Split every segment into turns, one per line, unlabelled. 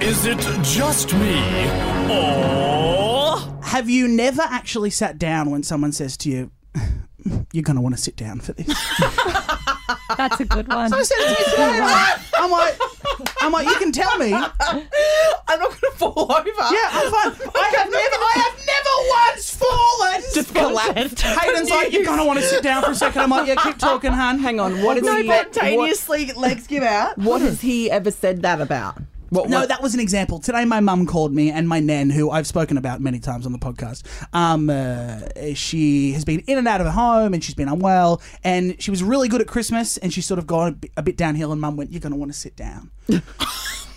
Is it just me? Or.
Have you never actually sat down when someone says to you, "You're going to want to sit down for this"?
That's a good one.
I said to you today, right? I'm like, I'm like, you can tell me. Yeah,
I'm not going to fall over.
I'm fine. I have never, I have never once fallen.
Just collapsed.
Hayden's like, you're going to want to sit down for a second. I'm like, yeah, keep talking, hun. Hang on. What is
No,
he?
but-
Spontaneously, legs give out.
What has he ever said that about? What,
No,
what-
that was an example. Today, my mum called me, and my nan, who I've spoken about many times on the podcast, um, uh, she has been in and out of her home, and she's been unwell, and she was really good at Christmas, and she's sort of gone a bit, a bit downhill. And mum went, "You're going to want to sit down."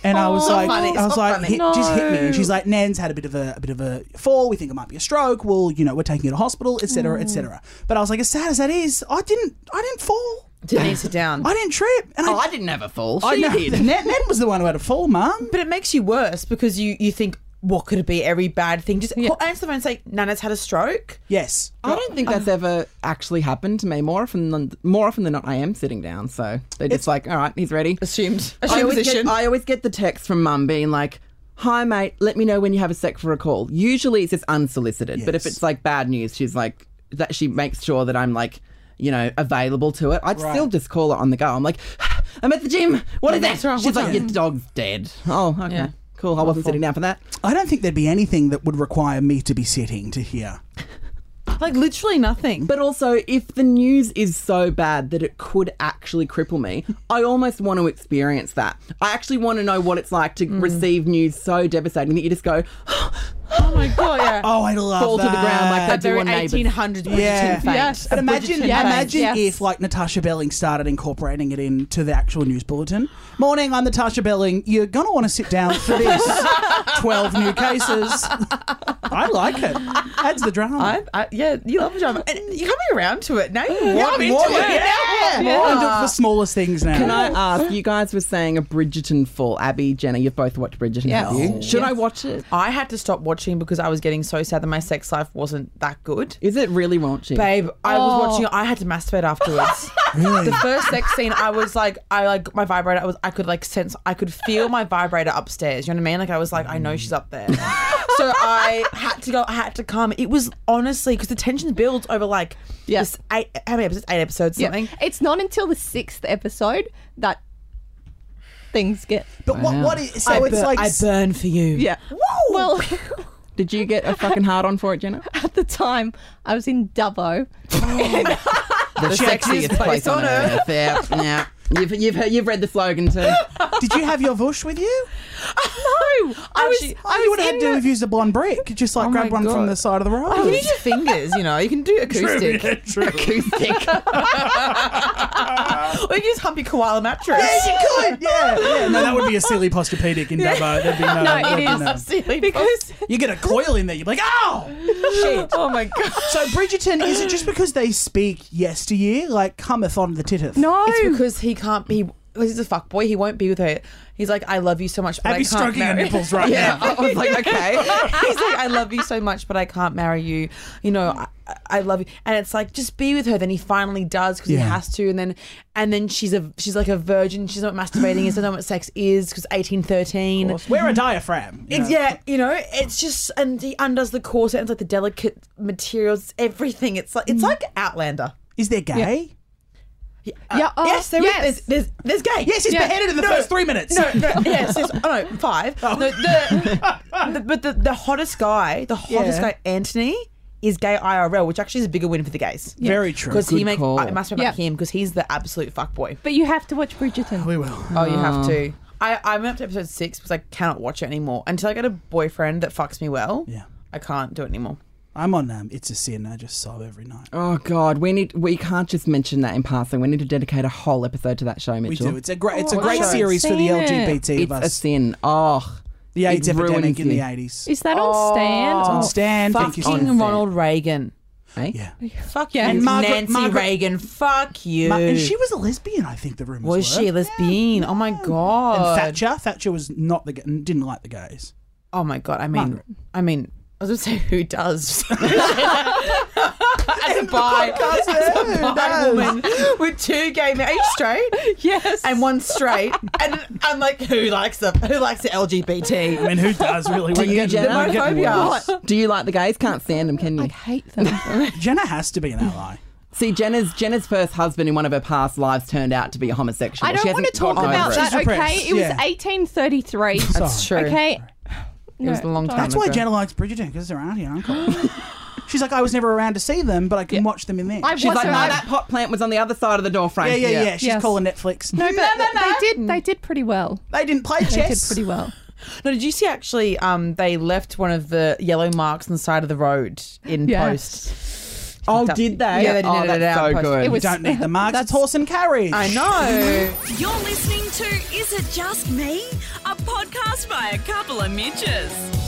And I was
Oh,
like,
funny.
I was
So
like,
funny.
hit, just hit me. And
No.
she's like, Nan's had a bit of a, a bit of a fall. We think it might be a stroke. Well, you know, we're taking her to hospital, etc.,
Oh.
etc. But I was like, as sad as that is, I didn't, I didn't fall.
Didn't sit down.
I didn't trip. And
Oh, I didn't have a fall.
I
She
know-
did.
Nan, Nan was the one who had a fall, mum.
But it makes you worse because you, you think, what could it be? Every bad thing. Just call- answer the phone and say, Nana's had a stroke.
Yes.
I
I
don't
think
that's
ever.
actually happened to me more often than more often than not I am sitting down so they're just like all right he's ready
Assumed.
I
Assumed
always, get,
position.
I always get the text from mum being like hi mate let me know when you have a sec for a call usually it's just unsolicited but if
Yes.
it's like bad news she's like that she makes sure that I'm like you know available to it I'd still just call her on the go I'm like I'm at the gym what is that
wrong?
she's
What's
like
wrong?
your dog's dead oh okay
Yeah.
cool I wasn't sitting down for that
I don't think there'd be anything that would require me to be sitting to hear.
Like literally nothing.
But also, if the news is so bad that it could actually cripple me, I almost want to experience that. I actually want to know what it's like to
Mm.
receive news so devastating that you just go,
oh my god, yeah.
Oh, I love
Fall to
that.
the ground like
that
that.
very
do on Neighbours.
1800s Bridgerton
Yeah.
faint.
Yes.
But
A
imagine,
Bridgerton
yeah,
faint.
imagine
yes.
if like Natasha Belling started incorporating it into the actual news bulletin. Morning, I'm Natasha Belling. You're gonna want to sit down for this. Twelve new cases. I like it. Adds the drama.
I, I, yeah, you love drama. And you're coming around to it now. You
Yeah,
want
I'm into
more.
it.
Yeah.
I'm doing it for the smallest things now.
Can I ask? You guys were saying a Bridgerton fall. Abby, Jenna, you've both watched Bridgerton,
Yes.
have you?
Oh.
Should I
Yes.
watch it?
I had to stop watching because I was getting so sad that my sex life wasn't that good.
Is it really raunchy?
Babe, I was
Oh.
watching. I had to masturbate afterwards.
Really?
The first sex scene, I was like, I like my vibrator. I was, I could like sense, I could feel my vibrator upstairs. You know what I mean? Like I was like, I know she's up there. so I had to go. I had to come. It was honestly because the tension builds over like
Yeah.
this eight. How many episodes? Eight episodes.
Yeah.
Something.
It's not until the sixth episode that things get.
But what? What is? So it's
bur-
like.
I burn for you.
Yeah. Whoa! Well,
Did you get a fucking hard on for it, Jenna?
at the time, I was in Dubbo.
The,
sexiest place on
earth. Yeah, yeah. You've, you've, heard- you've read the slogan too.
did you have your vush with you?
No, I was.
Actually,
I
you
was
would have had
in
to
the-
have used a blonde brick, just like
Oh
grab
my
one from
God. Oh,
the side of the road.
You need your fingers, you know. You can do acoustic. acoustic. or you can just hump your koala mattress.
Yes, you could. Yeah, yeah. No, that would be a silly posturpedic in Dubbo. There'd be no.
No, it
there'd be
is.
none.
because
You get a coil in there. You'd be like, oh.
shit. Oh my god.
So Bridgerton, is it just because they speak yesteryear, like cometh on the titteth?
No.
It's because he can't be. Because he's a fuck boy. He won't be with her. He's like, I love you so much, but
Abby's
I can't
stroking her
marry.
nipples right
yeah,
now.
I was like, okay. He's like, I love you so much, but I can't marry you. You know, I, I love you, and it's like, just be with her. Then he finally does because he
Yeah.
has to, and then and then she's a she's like a virgin. She's not masturbating. She doesn't know what sex is because eighteen thirteen.
Wear a diaphragm. you
It's,
know.
yeah, you know, it's just and he undoes the corset and it's like the delicate materials, it's everything. It's like it's like Outlander.
Is there gay?
Yeah, oh,
yes, there is.
yes.
There's, there's, there's gay.
Yes, he's
Yeah.
beheaded in the
No.
first three minutes.
No, no, yes, yes. Oh, no, five. No, the, the, but the, the hottest guy, the hottest
Yeah.
guy, Anthony, is gay IRL, which actually is a bigger win for the gays.
Very true.
Because he
Good
make
call.
I- it must be about
Yeah.
him because he's the absolute fuckboy.
But you have to watch Bridgerton.
we will.
Oh, you have
Ah.
to. I, I went up to episode six because I cannot watch it anymore. Until I get a boyfriend that fucks me well,
Yeah.
I can't do it anymore.
I'm on um, It's a Sin. I just sob every night.
Oh God, we need we can't just mention that in passing. We need to dedicate a whole episode to that show,
We
Mitchell.
do. It's a great. It's a
Oh, I
great
haven't
series for the
seen it.
LGBT
It's
of
a
us.
sin. Oh,
the AIDS
it ruins
epidemic in the
you.
80s.
Is that on Stan?
It's on
Oh,
Stan. Thank you,
Fucking
Stan.
Ronald Reagan.
Eh?
Yeah.
Fuck
Yeah.
you,
And Margaret-
Nancy
Margaret-
Reagan. Fuck you.
Ma- and she was a lesbian, I think the rumors
was
were.
she a lesbian? Oh my god.
And Thatcher. Thatcher was not the g- didn't like the gays.
Oh my god. I mean, I mean, I was gonna say who does? as a bi, as a bi woman with two gay men, each straight
Yes.
and one straight, and I'm like, who likes the who likes the LGBT?
I mean, who does really?
Do
We're
you,
getting,
Jenna?
we're getting
Homophobia.
worse.
Do you like the gays? Can't stand them, can you?
I hate them.
Jenna has to be an ally.
See, Jenna's Jenna's first husband in one of her past lives turned out to be a homosexual.
I
She
don't
hasn't
want to talk
gotten
about
over it.
that,
She's
okay?
depressed,
It was
yeah.
1833.
Sorry.
true.
Okay.
It was a long time
That's why
ago.
Jenna likes Bridgerton because they're around here, Uncle. She's like, I was never around to see them, but I can watch them in there.
I
She's
was
like, no,
around-
that pot plant was on the other side of the door frame.
yeah, yeah, yeah, She's
Yes.
calling Netflix. No,
No, but they did. They did pretty well.
they didn't play
They did
chess.
pretty well.
No, did you see actually? Um, they left one of the yellow marks on the side of the road in
Yeah.
post.
Oh, did they?
Yeah, they did
Oh,
edit
that's
it out
so
post.
good.
It
we
was-
don't need the marks. It's horse and carriage.
I know.
You're listening to Is It Just Me? A podcast by a couple of midges.